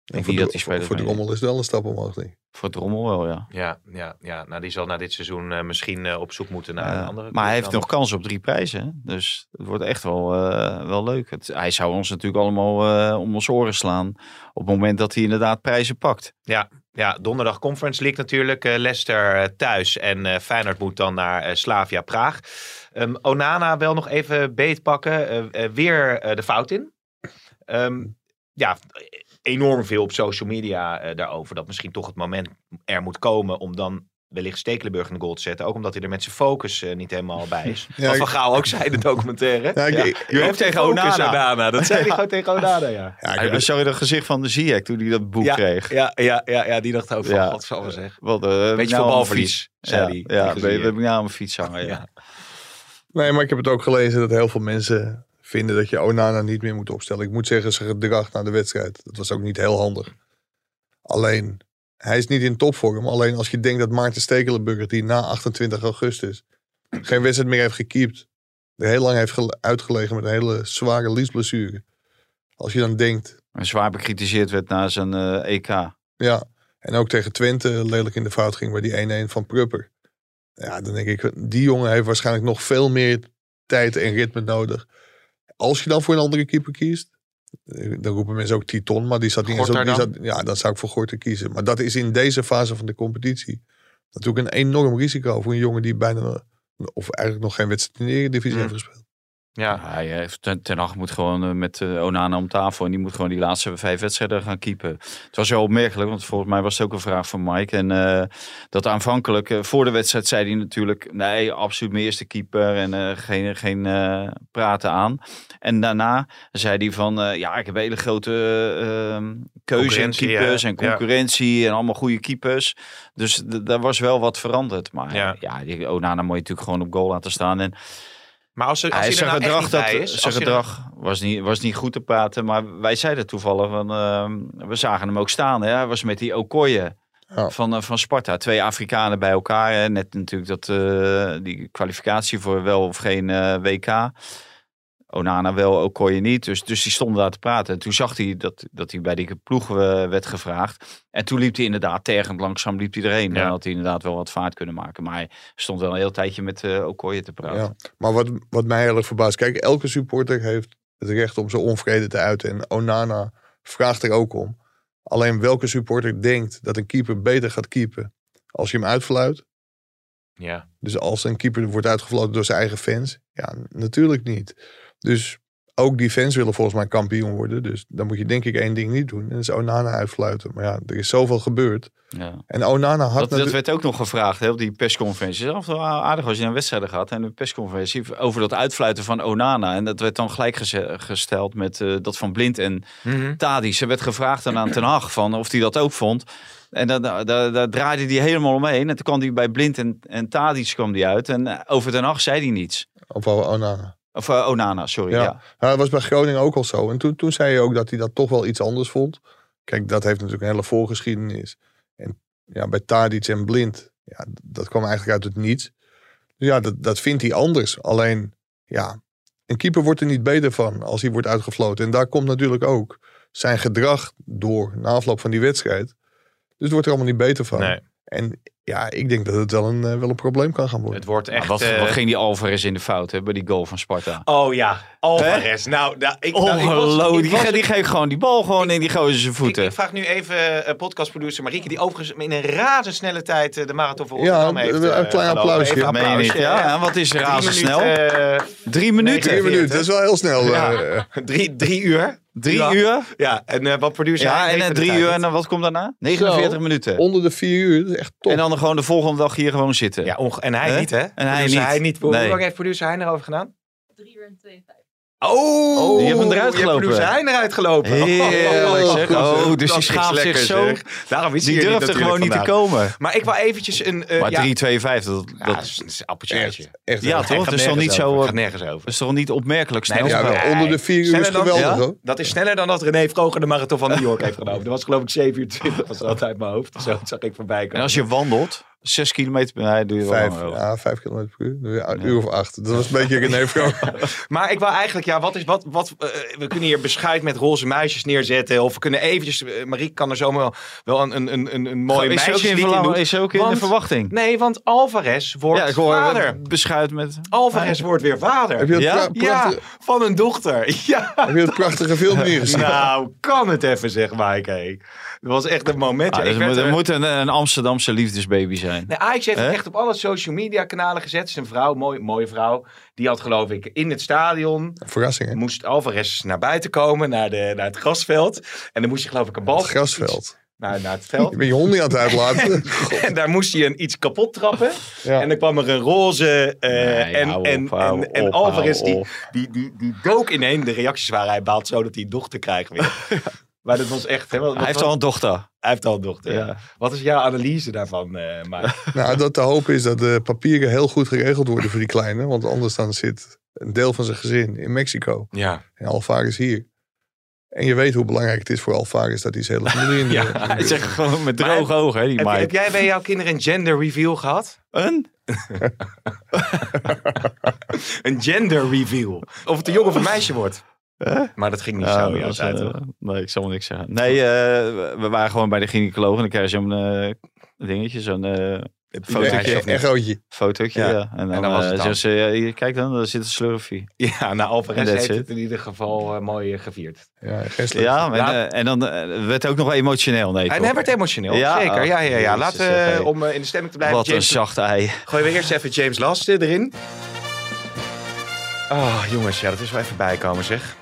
En niet voor, dat die voor, spelers voor de meenemen. rommel is het wel een stap omhoog. denk ik. Voor Drommel wel, ja. ja, ja, ja. Nou, die zal na dit seizoen eh, misschien eh, op zoek moeten naar Ja, een andere. maar hij club heeft dan. nog kans op drie prijzen. hè. Dus het wordt echt wel, eh, wel leuk. Het, hij zou ons natuurlijk allemaal eh, om ons oren slaan. Op het moment dat hij inderdaad prijzen pakt. Ja, donderdag Conference League natuurlijk. eh Leicester eh, thuis en eh, Feyenoord moet dan naar eh, Slavia Praag. Ehm, Onana wel nog even beetpakken. eh, eh, weer eh, de fout in. Ehm, ja, enorm veel op social media eh, daarover. Dat misschien toch het moment er moet komen om dan wellicht Stekelenburg in de goal te zetten. Ook omdat hij er met zijn focus eh, niet helemaal bij is. [laughs] Ja, Wat ik- Van Gaal ook zei in de documentaire. Ja, ik- Ja. ik- Je hebt tegen Focus, Onana. Dat zei hij gewoon tegen Onana, ja. Ja, ik Hij, heb- zag je dat gezicht van de Ziyech toen hij dat boek Ja, kreeg. Ja, ja, ja, [laughs] ja, die dacht ook van, Ja. wat zal we zeggen. Wat, eh, Beetje nou, voor fiets. balverlies, zei Ja, hij. ja, tegen ben, Ziyech. ben ik nou aan mijn fiets hangen. Ja. Nee, maar ik heb het ook gelezen dat heel veel mensen vinden dat je Onana niet meer moet opstellen. Ik moet zeggen, zijn gedrag na de wedstrijd, dat was ook niet heel handig. Alleen, hij is niet in topvorm. Alleen als je denkt dat Maarten Stekelenburg, die na 28 augustus geen wedstrijd meer heeft gekiept, er heel lang heeft gele- uitgelegen met een hele zware liesblessure. Als je dan denkt, En zwaar bekritiseerd werd na zijn eh, EK. ja, en ook tegen Twente lelijk in de fout ging bij die 1-1 van Prupper. Ja, dan denk ik, die jongen heeft waarschijnlijk nog veel meer tijd en ritme nodig. Als je dan voor een andere keeper kiest, eh, dan roepen mensen ook Titon, maar die zat niet eens op. Gorter Die zat, ja, dan zou ik voor Gorter kiezen. Maar dat is in deze fase van de competitie natuurlijk een enorm risico voor een jongen die bijna, of eigenlijk nog geen wedstrijd in de Eredivisie Mm. heeft gespeeld. Ja. Hij eh, heeft, ten, ten Hag moet gewoon eh, met eh, Onana om tafel. En die moet gewoon die laatste vijf wedstrijden gaan keepen. Het was heel opmerkelijk, want volgens mij was het ook een vraag van Mike. En eh, dat aanvankelijk, eh, voor de wedstrijd, zei hij natuurlijk... Nee, absoluut mijn eerste keeper en eh, geen, geen eh, praten aan. En daarna zei hij van... eh, ja, ik heb een hele grote eh, ehm, keuze in Concurrentie, keepers ja. en concurrentie. En allemaal goede keepers. Dus d- daar was wel wat veranderd. Maar Ja. ja, die Onana moet je natuurlijk gewoon op goal laten staan. En Maar als, er, als hij, hij er zijn nou echt gedrag, niet dat, bij is... zijn als hij er- gedrag was, niet, was niet goed te praten. Maar wij zeiden toevallig, van, ehm, we zagen hem ook staan. Hè? Hij was met die Okoye Ja. van, eh, van Sparta. Twee Afrikanen bij elkaar. Hè? Net natuurlijk dat, eh, die kwalificatie voor wel of geen eh, WK. Onana wel, Okoye niet. Dus, dus die stonden daar te praten. En toen zag hij dat, dat hij bij die ploeg eh, werd gevraagd. En toen liep hij inderdaad tergend langzaam liep hij erheen. Ja. Dan had hij inderdaad wel wat vaart kunnen maken. Maar hij stond wel een heel tijdje met eh Okoye te praten. Ja. Maar wat, wat mij heel erg verbaast. Kijk, elke supporter heeft het recht om zijn onvrede te uiten. En Onana vraagt er ook om. Alleen welke supporter denkt dat een keeper beter gaat keepen als je hem uitfluit? Ja. Dus als een keeper wordt uitgefloten door zijn eigen fans? Ja, natuurlijk niet. Dus ook die fans willen volgens mij kampioen worden. Dus dan moet je denk ik één ding niet doen. En dat is Onana uitfluiten. Maar ja, er is zoveel gebeurd. Ja. En Onana Dat, had dat natuurlijk- werd ook nog gevraagd hè, op die persconferentie. Het is altijd wel aardig als je een wedstrijd gaat en een persconferentie over dat uitfluiten van Onana. En dat werd dan gelijk geze- gesteld met eh, dat van Blind en Mhm. Tadic. Er werd gevraagd dan aan Ten Hag van of hij dat ook vond. En daar daar daar- daar draaide hij helemaal omheen. En toen kwam hij bij Blind en, en Tadic kwam die uit. En eh, over Ten Hag zei hij niets. Of Onana. Of eh, Onana, sorry. Ja. Ja. Ja, dat was bij Groningen ook al zo. En toen, toen zei je ook dat hij dat toch wel iets anders vond. Kijk, dat heeft natuurlijk een hele voorgeschiedenis. En ja, bij Tadic en Blind, ja, d- dat kwam eigenlijk uit het niets. Dus ja, dat, dat vindt hij anders. Alleen, ja, een keeper wordt er niet beter van als hij wordt uitgefloten. En daar komt natuurlijk ook zijn gedrag door na afloop van die wedstrijd. Dus het wordt er allemaal niet beter van. Nee. En ja, ik denk dat het wel een, eh, wel een probleem kan gaan worden. Het wordt echt... Maar wat, eh, wat ging die Alvarez in de fout hè, bij die goal van Sparta? Oh ja, Alvarez. Nou, nou, ik, nou, ik was- Ongelooflijk. ik Die, was- ge- die geeft gewoon die bal gewoon in die gozer zijn Ik, voeten. ik vraag nu even eh, podcastproducer Marieke, die overigens in een razendsnelle tijd eh, de marathon voor Ja, Rotterdam heeft een- een eh, klein gelopen. applausje. Even Meen je applausje, niet? Ja, eh, en wat is drie razendsnel? minuten, eh, Drie minuten. Vier Drie minuten, dat is wel heel snel. Ja. eh. drie, drie uur. Drie Ja. uur. Ja, en eh, wat producer... Ja, hij en weet eh, van de drie tijd uur. En niet. dan wat komt daarna? 49 Zo. minuten. Onder de vier uur, dat is echt top. En dan gewoon de volgende dag hier gewoon zitten. Ja, onge- en hij Hè? niet, hè? En hij Producer niet. Hij niet. Hoe Nee. lang heeft producer Hein erover gedaan? Oh, Oh, je hebt hem eruit je hebt gelopen. producer Hein eruit gelopen. Heerlijk Oh, zeg. goed, Oh, dus Dat die is schaamt zich lekker, zo. zeg. Daarom is hij Die hier durft er natuurlijk gewoon niet te vandaag. komen. Maar ik wil eventjes een... eh, Maar ja, 3,52, dat, ja, dat dat is- dat is een appeltje. eitje. echt Ja, heel toch? Gaat Dat is toch nergens niet zo, over. eh, Gaat nergens over. is toch niet opmerkelijk snel? Nee, Ja, dat is spel? wel- onder de vier uur Sneller is dan- geweldig Ja? hoor. Dat is sneller dan dat René Vroger de marathon van New [laughs] York heeft genomen. Dat was geloof ik 7 uur 20. Dat was altijd uit mijn hoofd. Zo zag ik voorbij komen. en als je wandelt, 6 kilometer per nee, doe je wel Vijf, langer over. ja, vijf kilometer per uur. Ja, Een uur of acht. Dat was een beetje [laughs] René Vroger. Maar ik wil eigenlijk, ja, wat is wat? wat eh, we kunnen hier bescheid met roze meisjes neerzetten. Of we kunnen eventjes. eh, Marie kan er zomaar wel, wel een, een, een, een- een mooie is, ook meisjeslied in, in verlang- doen. is ook in de Want- verwachting. Nee, want Alvarez wordt ja, ik hoor eh, vader. beschuit met... Alvarez wordt weer vader. Heb je dat Ja? pra- Ja, prachtige- van een dochter. [laughs] Ja. heb je dat prachtige film hier Dus- gezien? Nou, kan het even, zeg Mike. hé. Dat was echt een momentje. Ah, Ik dus werd moet- er- er moet een, een Amsterdamse liefdesbaby zijn. Nee, Ajax heeft het Hè? echt op alle social media kanalen gezet. Zijn vrouw, mooi, mooie vrouw, die had geloof ik in het stadion Verrassing hè? moest Alvarez naar buiten komen, naar, de, naar het grasveld. En dan moest hij geloof ik een bal... Het grasveld. Naar, naar het [laughs] veld. Je bent je honden aan het [laughs] uitlaten. En daar moest hij een, iets kapot [laughs] trappen. Ja. En dan kwam er een roze. eh, Nee, en, hou op, en, hou en, en op, Alvarez hou die, op. die, die, die dook ineen. De reacties waren hij baalt zo dat hij een dochter krijgt weer. [laughs] Maar dat was echt... Hè, wat- Hij wat- heeft al een dochter. hij heeft al een dochter. ja. Ja. Wat is jouw analyse daarvan, eh Mike? Nou, dat de hoop is dat de papieren heel goed geregeld worden voor die kleine. Want anders dan zit een deel van zijn gezin in [laughs] Mexico. Ja. En Alvarez hier. En je weet hoe belangrijk het is voor Alvarez dat hij zijn hele familie in de... in de- Hij zegt gewoon met Maar- droge ogen, hè, die Heb, Mike. heb jij bij jouw kinderen een gender reveal gehad? Een? Een gender reveal. Of het een jongen of een meisje wordt. Maar dat ging niet zo. Ja, jouw dat, tijd, eh, toch? nee, ik zal er niks zeggen. Nee, eh, we- we waren gewoon bij de gynaecoloog en dan krijg je zo'n eh, dingetje, zo'n eh fotootje. Echt- Echootje. fotootje, Ja. ja. En dan, dan was het eh, dan. zeggen ze, ja, hier, kijk dan, daar zit een slurfie. Ja, nou Alvarez And that's heeft it. het in ieder geval eh, mooi eh, gevierd. Ja, geen slecht. Ja, en, Ja. eh, en dan eh, werd ook nog wel emotioneel. Nee, En toch? hij werd emotioneel, Ja, zeker. Ja, ja, ja. jezus, Laten zeg, we, hey. om eh, in de stemming te blijven, Wat een James, zacht ei. gooien we eerst even James Last eh, erin. Oh, jongens, ja, dat is wel even bijkomen, zeg.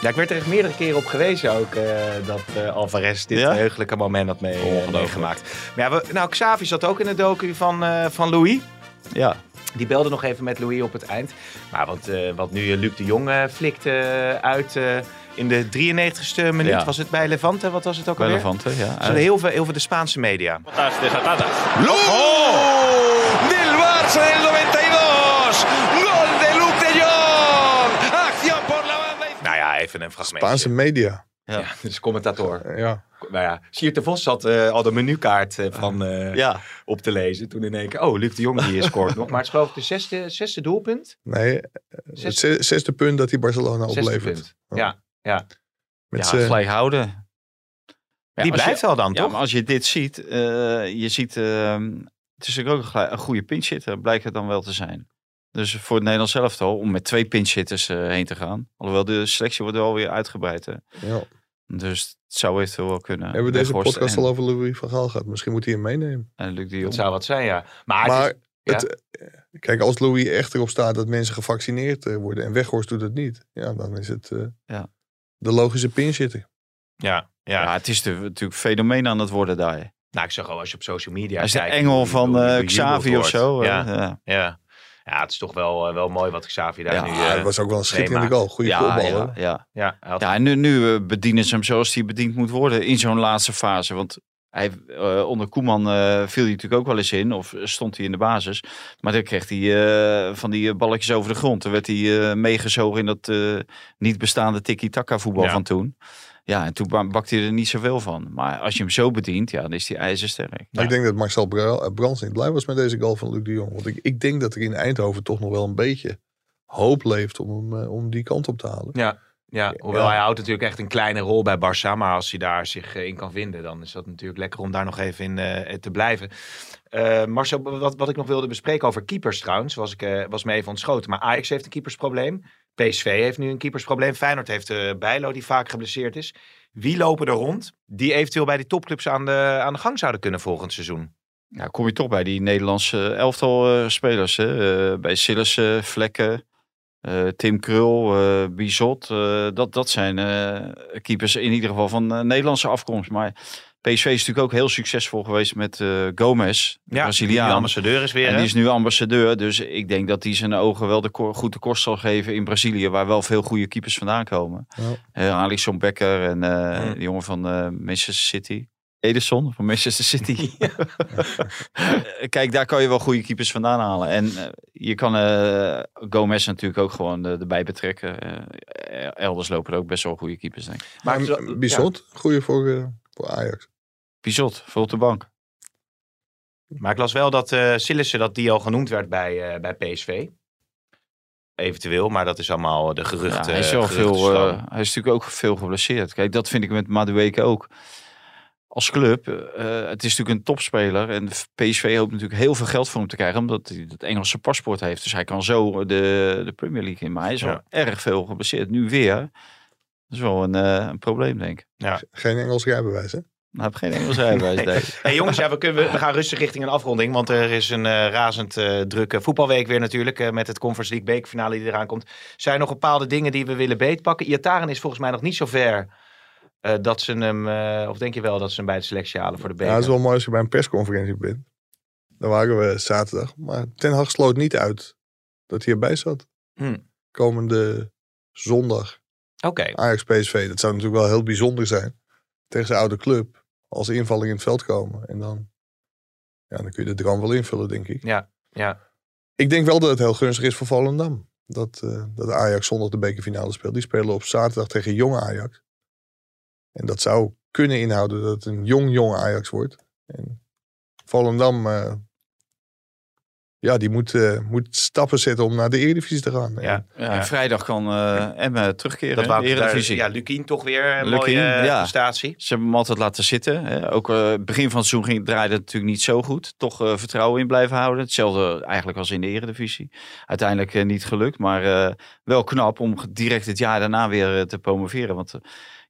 Ja, ik werd er echt meerdere keren op gewezen ook, eh, dat eh, Alvarez dit Ja? heugelijke moment had mee, eh, Ongelooflijk. meegemaakt. Maar ja, we, nou, Xavi zat ook in de docu van, eh, van Louis. Ja. Die belde nog even met Louis op het eind. Maar wat, eh, wat nu eh, Luc de Jong eh, flikte eh, uit eh, in de 93ste minuut, Ja. was het bij Levante? Wat was het ook alweer? Relevant, hè? Ja. Ze Eh. hadden heel veel, heel veel de Spaanse media. del Barça del 92. Gol de Luke de Jong. Acción por la banda. Nou ja, even een fragmentje. Spaanse media. Ja, dus commentator. Eh, Ja. Nou ja, Siert de Vos zat eh, al de menukaart eh, van, eh, Ja. op te lezen. Toen in één keer, oh, Luc de Jong die scoort nog. Maar het is geloof ik de zesde, zesde doelpunt. Nee, eh, het Zesde, ze- zesde punt dat hij Barcelona zesde oplevert. punt. Ja, ja. Met ja, zijn gelijk houden. Ja, Die als blijft je, wel dan, Ja, toch? maar als je dit ziet, eh, je ziet, eh, het is natuurlijk ook een, gelijk- een goede pinchhitter, blijkt het dan wel te zijn. Dus voor het Nederlands elftal, om met twee pinchhitters eh, heen te gaan. Alhoewel de selectie wordt wel weer uitgebreid. Hè. Ja. Dus het zou eventueel wel kunnen. Hebben we deze Weghorst podcast en, al over Louis van Gaal gehad? Misschien moet hij hem meenemen. en Luc de Dat Jong. zou wat zijn, ja. Maar, Ah, het Maar is- het, eh, kijk, als Louis echt erop staat dat mensen gevaccineerd eh, worden en Weghorst doet het niet, ja, dan is het eh, Ja. de logische pinzitter. ja, ja. ja. het is de- natuurlijk fenomeen aan het worden daar. Nou, ik zag al als je op social media Hij is de kijkt, engel hoe- van hoe- hoe eh, bejubeld Xavi of wordt. zo. hè. Ja, ja. ja. ja, het is toch wel, eh, wel mooi wat Xavi daar Ja, nu... Ja, eh, dat was ook wel een schitterende maar- goal. Goede ja, voetballer. Ah, ja, ja. ja, hij had- Ja, en nu, nu eh, bedienen ze hem zoals hij bediend moet worden in zo'n laatste fase. Want hij, eh, onder Koeman eh, viel hij natuurlijk ook wel eens in, of eh, stond hij in de basis. Maar dan kreeg hij eh, van die eh, balletjes over de grond. Dan werd hij eh, meegezogen in dat eh, niet bestaande tiki-taka voetbal Ja. van toen. Ja, en toen ba- bakte hij er niet zoveel van. Maar als je hem zo bedient, ja, dan is hij ijzersterk. Maar Ik denk dat Marcel Bra- eh, Brands niet blij was met deze goal van Luc de Jong. Want ik, ik denk dat er in Eindhoven toch nog wel een beetje hoop leeft om hem eh, om die kant op te halen. Ja, ja hoewel hij houdt natuurlijk echt een kleine rol bij Barça. Maar als hij daar zich eh, in kan vinden, dan is dat natuurlijk lekker om daar nog even in eh, te blijven. Eh, Marcel, wat, wat ik nog wilde bespreken over keepers trouwens, was, ik, eh, was me even ontschoten. Maar Ajax heeft een keepersprobleem. PSV heeft nu een keepersprobleem. Feyenoord heeft eh Bijlo, die vaak geblesseerd is. Wie lopen er rond die eventueel bij die topclubs aan de, aan de gang zouden kunnen volgend seizoen? Ja, Nou, kom je toch bij die Nederlandse elftal eh, spelers. Hè? Eh, bij Sillissen, Vlekken, eh, Tim Krul, eh, Bizot. eh, dat, dat zijn eh, keepers in ieder geval van eh, Nederlandse afkomst. Maar PSV is natuurlijk ook heel succesvol geweest met eh, Gomez, de die Braziliaan. ambassadeur is weer. En hè? die is nu ambassadeur, dus ik denk dat hij zijn ogen wel de ko- goed de kost zal geven in Brazilië, waar wel veel goede keepers vandaan komen. Ja. Eh, Alisson Becker en eh Hmm. die jongen van eh, Manchester City. Edison van Manchester City. [laughs] Eh, Kijk, daar kan je wel goede keepers vandaan halen. En eh, je kan eh, Gomez natuurlijk ook gewoon eh, erbij betrekken. Eh, eh, elders lopen er ook best wel goede keepers, denk ik. Maar- Maar, ja. Bizot, goeie voor, eh, voor Ajax. Bizot, voor op de bank. Maar ik las wel dat eh Sillissen, dat die al genoemd werd bij, eh, bij PSV. Eventueel, maar dat is allemaal de Ja, geruchten. hij, is wel veel, geruchtenstroom. eh, hij is natuurlijk ook veel geblesseerd. Kijk, dat vind ik met Madueke ook. Als club, eh, het is natuurlijk een topspeler. En PSV hoopt natuurlijk heel veel geld voor hem te krijgen. Omdat hij dat Engelse paspoort heeft. Dus hij kan zo de, de Premier League in. Maar hij is Ja. al erg veel geblesseerd. Nu weer. Dat is wel een, eh, een probleem, denk ik. Geen Engels rijbewijs, hè? Hij heeft geen [laughs] Engels rijbewijs. Nee. nee. Hey jongens, ja, we, kunnen, we gaan rustig richting een afronding. Want er is een eh, razend eh, drukke voetbalweek weer natuurlijk. eh, met het Conference League bekerfinale die eraan komt. Zijn er nog bepaalde dingen die we willen beetpakken? Iataren is volgens mij nog niet zo ver eh, dat ze hem... eh, of denk je wel dat ze hem bij de selectie halen voor de beker? Ja, Nou, het is wel mooi als je bij een persconferentie bent. Daar waren we zaterdag. Maar Ten Hag sloot niet uit dat hij erbij zat. Hmm. Komende zondag Oké, Ajax PSV. Dat zou natuurlijk wel heel bijzonder zijn. Tegen zijn oude club. Als invalling in het veld komen. En dan, ja, dan kun je de droom wel invullen, denk ik. ja, ja. Ik denk wel dat het heel gunstig is voor Volendam. Dat, eh, dat Ajax zondag de bekerfinale speelt. Die spelen op zaterdag tegen jonge Ajax. En dat zou kunnen inhouden dat het een jong, jong Ajax wordt. En Volendam, eh, ja, die moet, eh, moet stappen zetten om naar de Eredivisie te gaan. Ja. En Ja, en Vrijdag kan eh Emmen terugkeren. Dat hè, wou de ik daar- Eredivisie. Ja, Lukien toch weer een Lukien, mooie eh, ja. prestatie. Ze hebben hem altijd laten zitten. Hè. Ook eh, begin van het seizoen ging, draaide het natuurlijk niet zo goed. Toch eh, vertrouwen in blijven houden. Hetzelfde eigenlijk als in de eredivisie. Uiteindelijk eh, niet gelukt. Maar eh, wel knap om direct het jaar daarna weer eh, te promoveren. Want eh,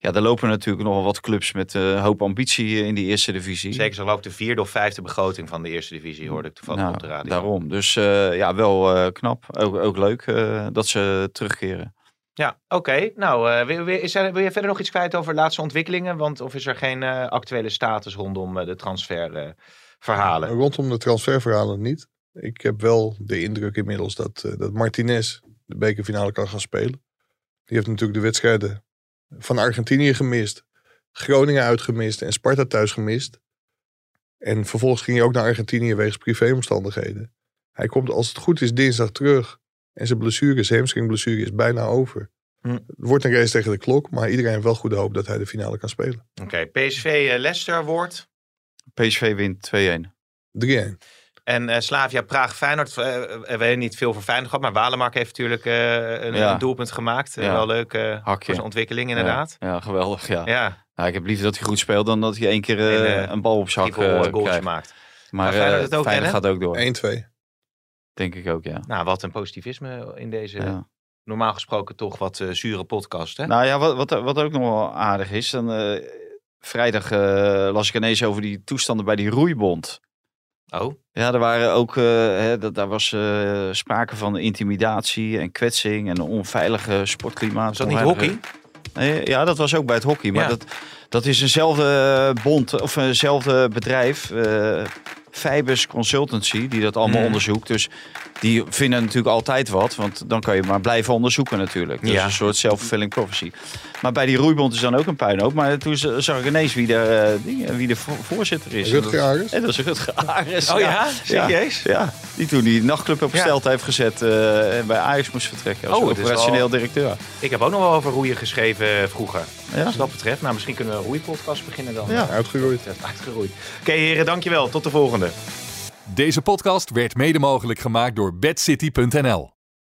ja, daar lopen natuurlijk nog wel wat clubs met eh, een hoop ambitie eh, in die eerste divisie. Zeker, ze geloof ik de vierde of vijfde begroting van de eerste divisie, hoorde ik toevallig Nou, op de radio. daarom. Dus eh, ja, wel eh, knap. Ook, ook leuk eh, dat ze terugkeren. Ja, oké. Nou, eh, wil, wil- is er, wil je verder nog iets kwijt over laatste ontwikkelingen? Want of is er geen eh, actuele status rondom eh, de transferverhalen? Rondom de transferverhalen niet. Ik heb wel de indruk inmiddels dat, eh, dat Martinez de bekerfinale kan gaan spelen. Die heeft natuurlijk de wedstrijden van Argentinië gemist. Groningen uitgemist en Sparta thuis gemist. En vervolgens ging hij ook naar Argentinië wegens privéomstandigheden. Hij komt als het goed is dinsdag terug. En zijn blessure, zijn hamstringblessure is bijna over. Hm. Het wordt een race tegen de klok, maar iedereen heeft wel goede hoop dat hij de finale kan spelen. Oké, PSV eh Leicester wordt. PSV wint 2-1. 3-1. En eh, Slavia Praag Feyenoord, eh, eh, we hebben niet veel voor Feyenoord gehad, maar Walemark heeft natuurlijk eh, een, Ja. een doelpunt gemaakt. Eh, Ja. Wel leuk eh, voor Hakje. zijn ontwikkeling inderdaad. Ja, ja, geweldig. Ja. Ja, ja. Nou, ik heb liever dat hij goed speelt dan dat hij één keer eh, En, eh, een bal op zijn hak keeper, eh, eh, goals krijgt. gemaakt. Maar eh Nou, Feyenoord het ook Feyenoord rennen? gaat ook door, 1-2. denk ik ook, ja. Nou, wat een positivisme in deze ja. normaal gesproken toch wat eh, zure podcast. Hè? Nou ja, wat, wat, wat ook nog wel aardig is. Dan, eh, vrijdag eh, las ik ineens over die toestanden bij die roeibond. oh, Ja, er waren ook, eh, hè, dat, daar was eh, sprake van intimidatie en kwetsing en een onveilige sportklimaat. eh, is dat niet Onveilige- hockey? Nee, ja, dat was ook bij het hockey. Maar Ja. dat, dat is eenzelfde bond of eenzelfde bedrijf. eh Fibers Consultancy, die dat allemaal Mm. onderzoekt. Dus die vinden natuurlijk altijd wat. Want dan kan je maar blijven onderzoeken natuurlijk. Dus Ja. een soort self-fulfilling prophecy. Maar bij die roeibond is dan ook een puinhoop. Maar toen z- zag ik ineens wie de, eh, ding- wie de vo- voorzitter is. En Rutger dat- Ares? En dat is Rutger [laughs] Ares. Oh ja? Serieus? Ja, die toen die nachtclub op Ja. stelte heeft gezet eh, en bij Ajax moest vertrekken. Als Oh, het is operationeel wel- directeur. Ik heb ook nog wel over roeien geschreven eh, vroeger. Ja. Wat dat betreft. Nou, misschien kunnen we een roeipodcast beginnen dan. Ja. Uitgeroeid. Dat is uitgeroeid. Oké heren, dankjewel. Tot de volgende. Deze podcast werd mede mogelijk gemaakt door bedcity.nl.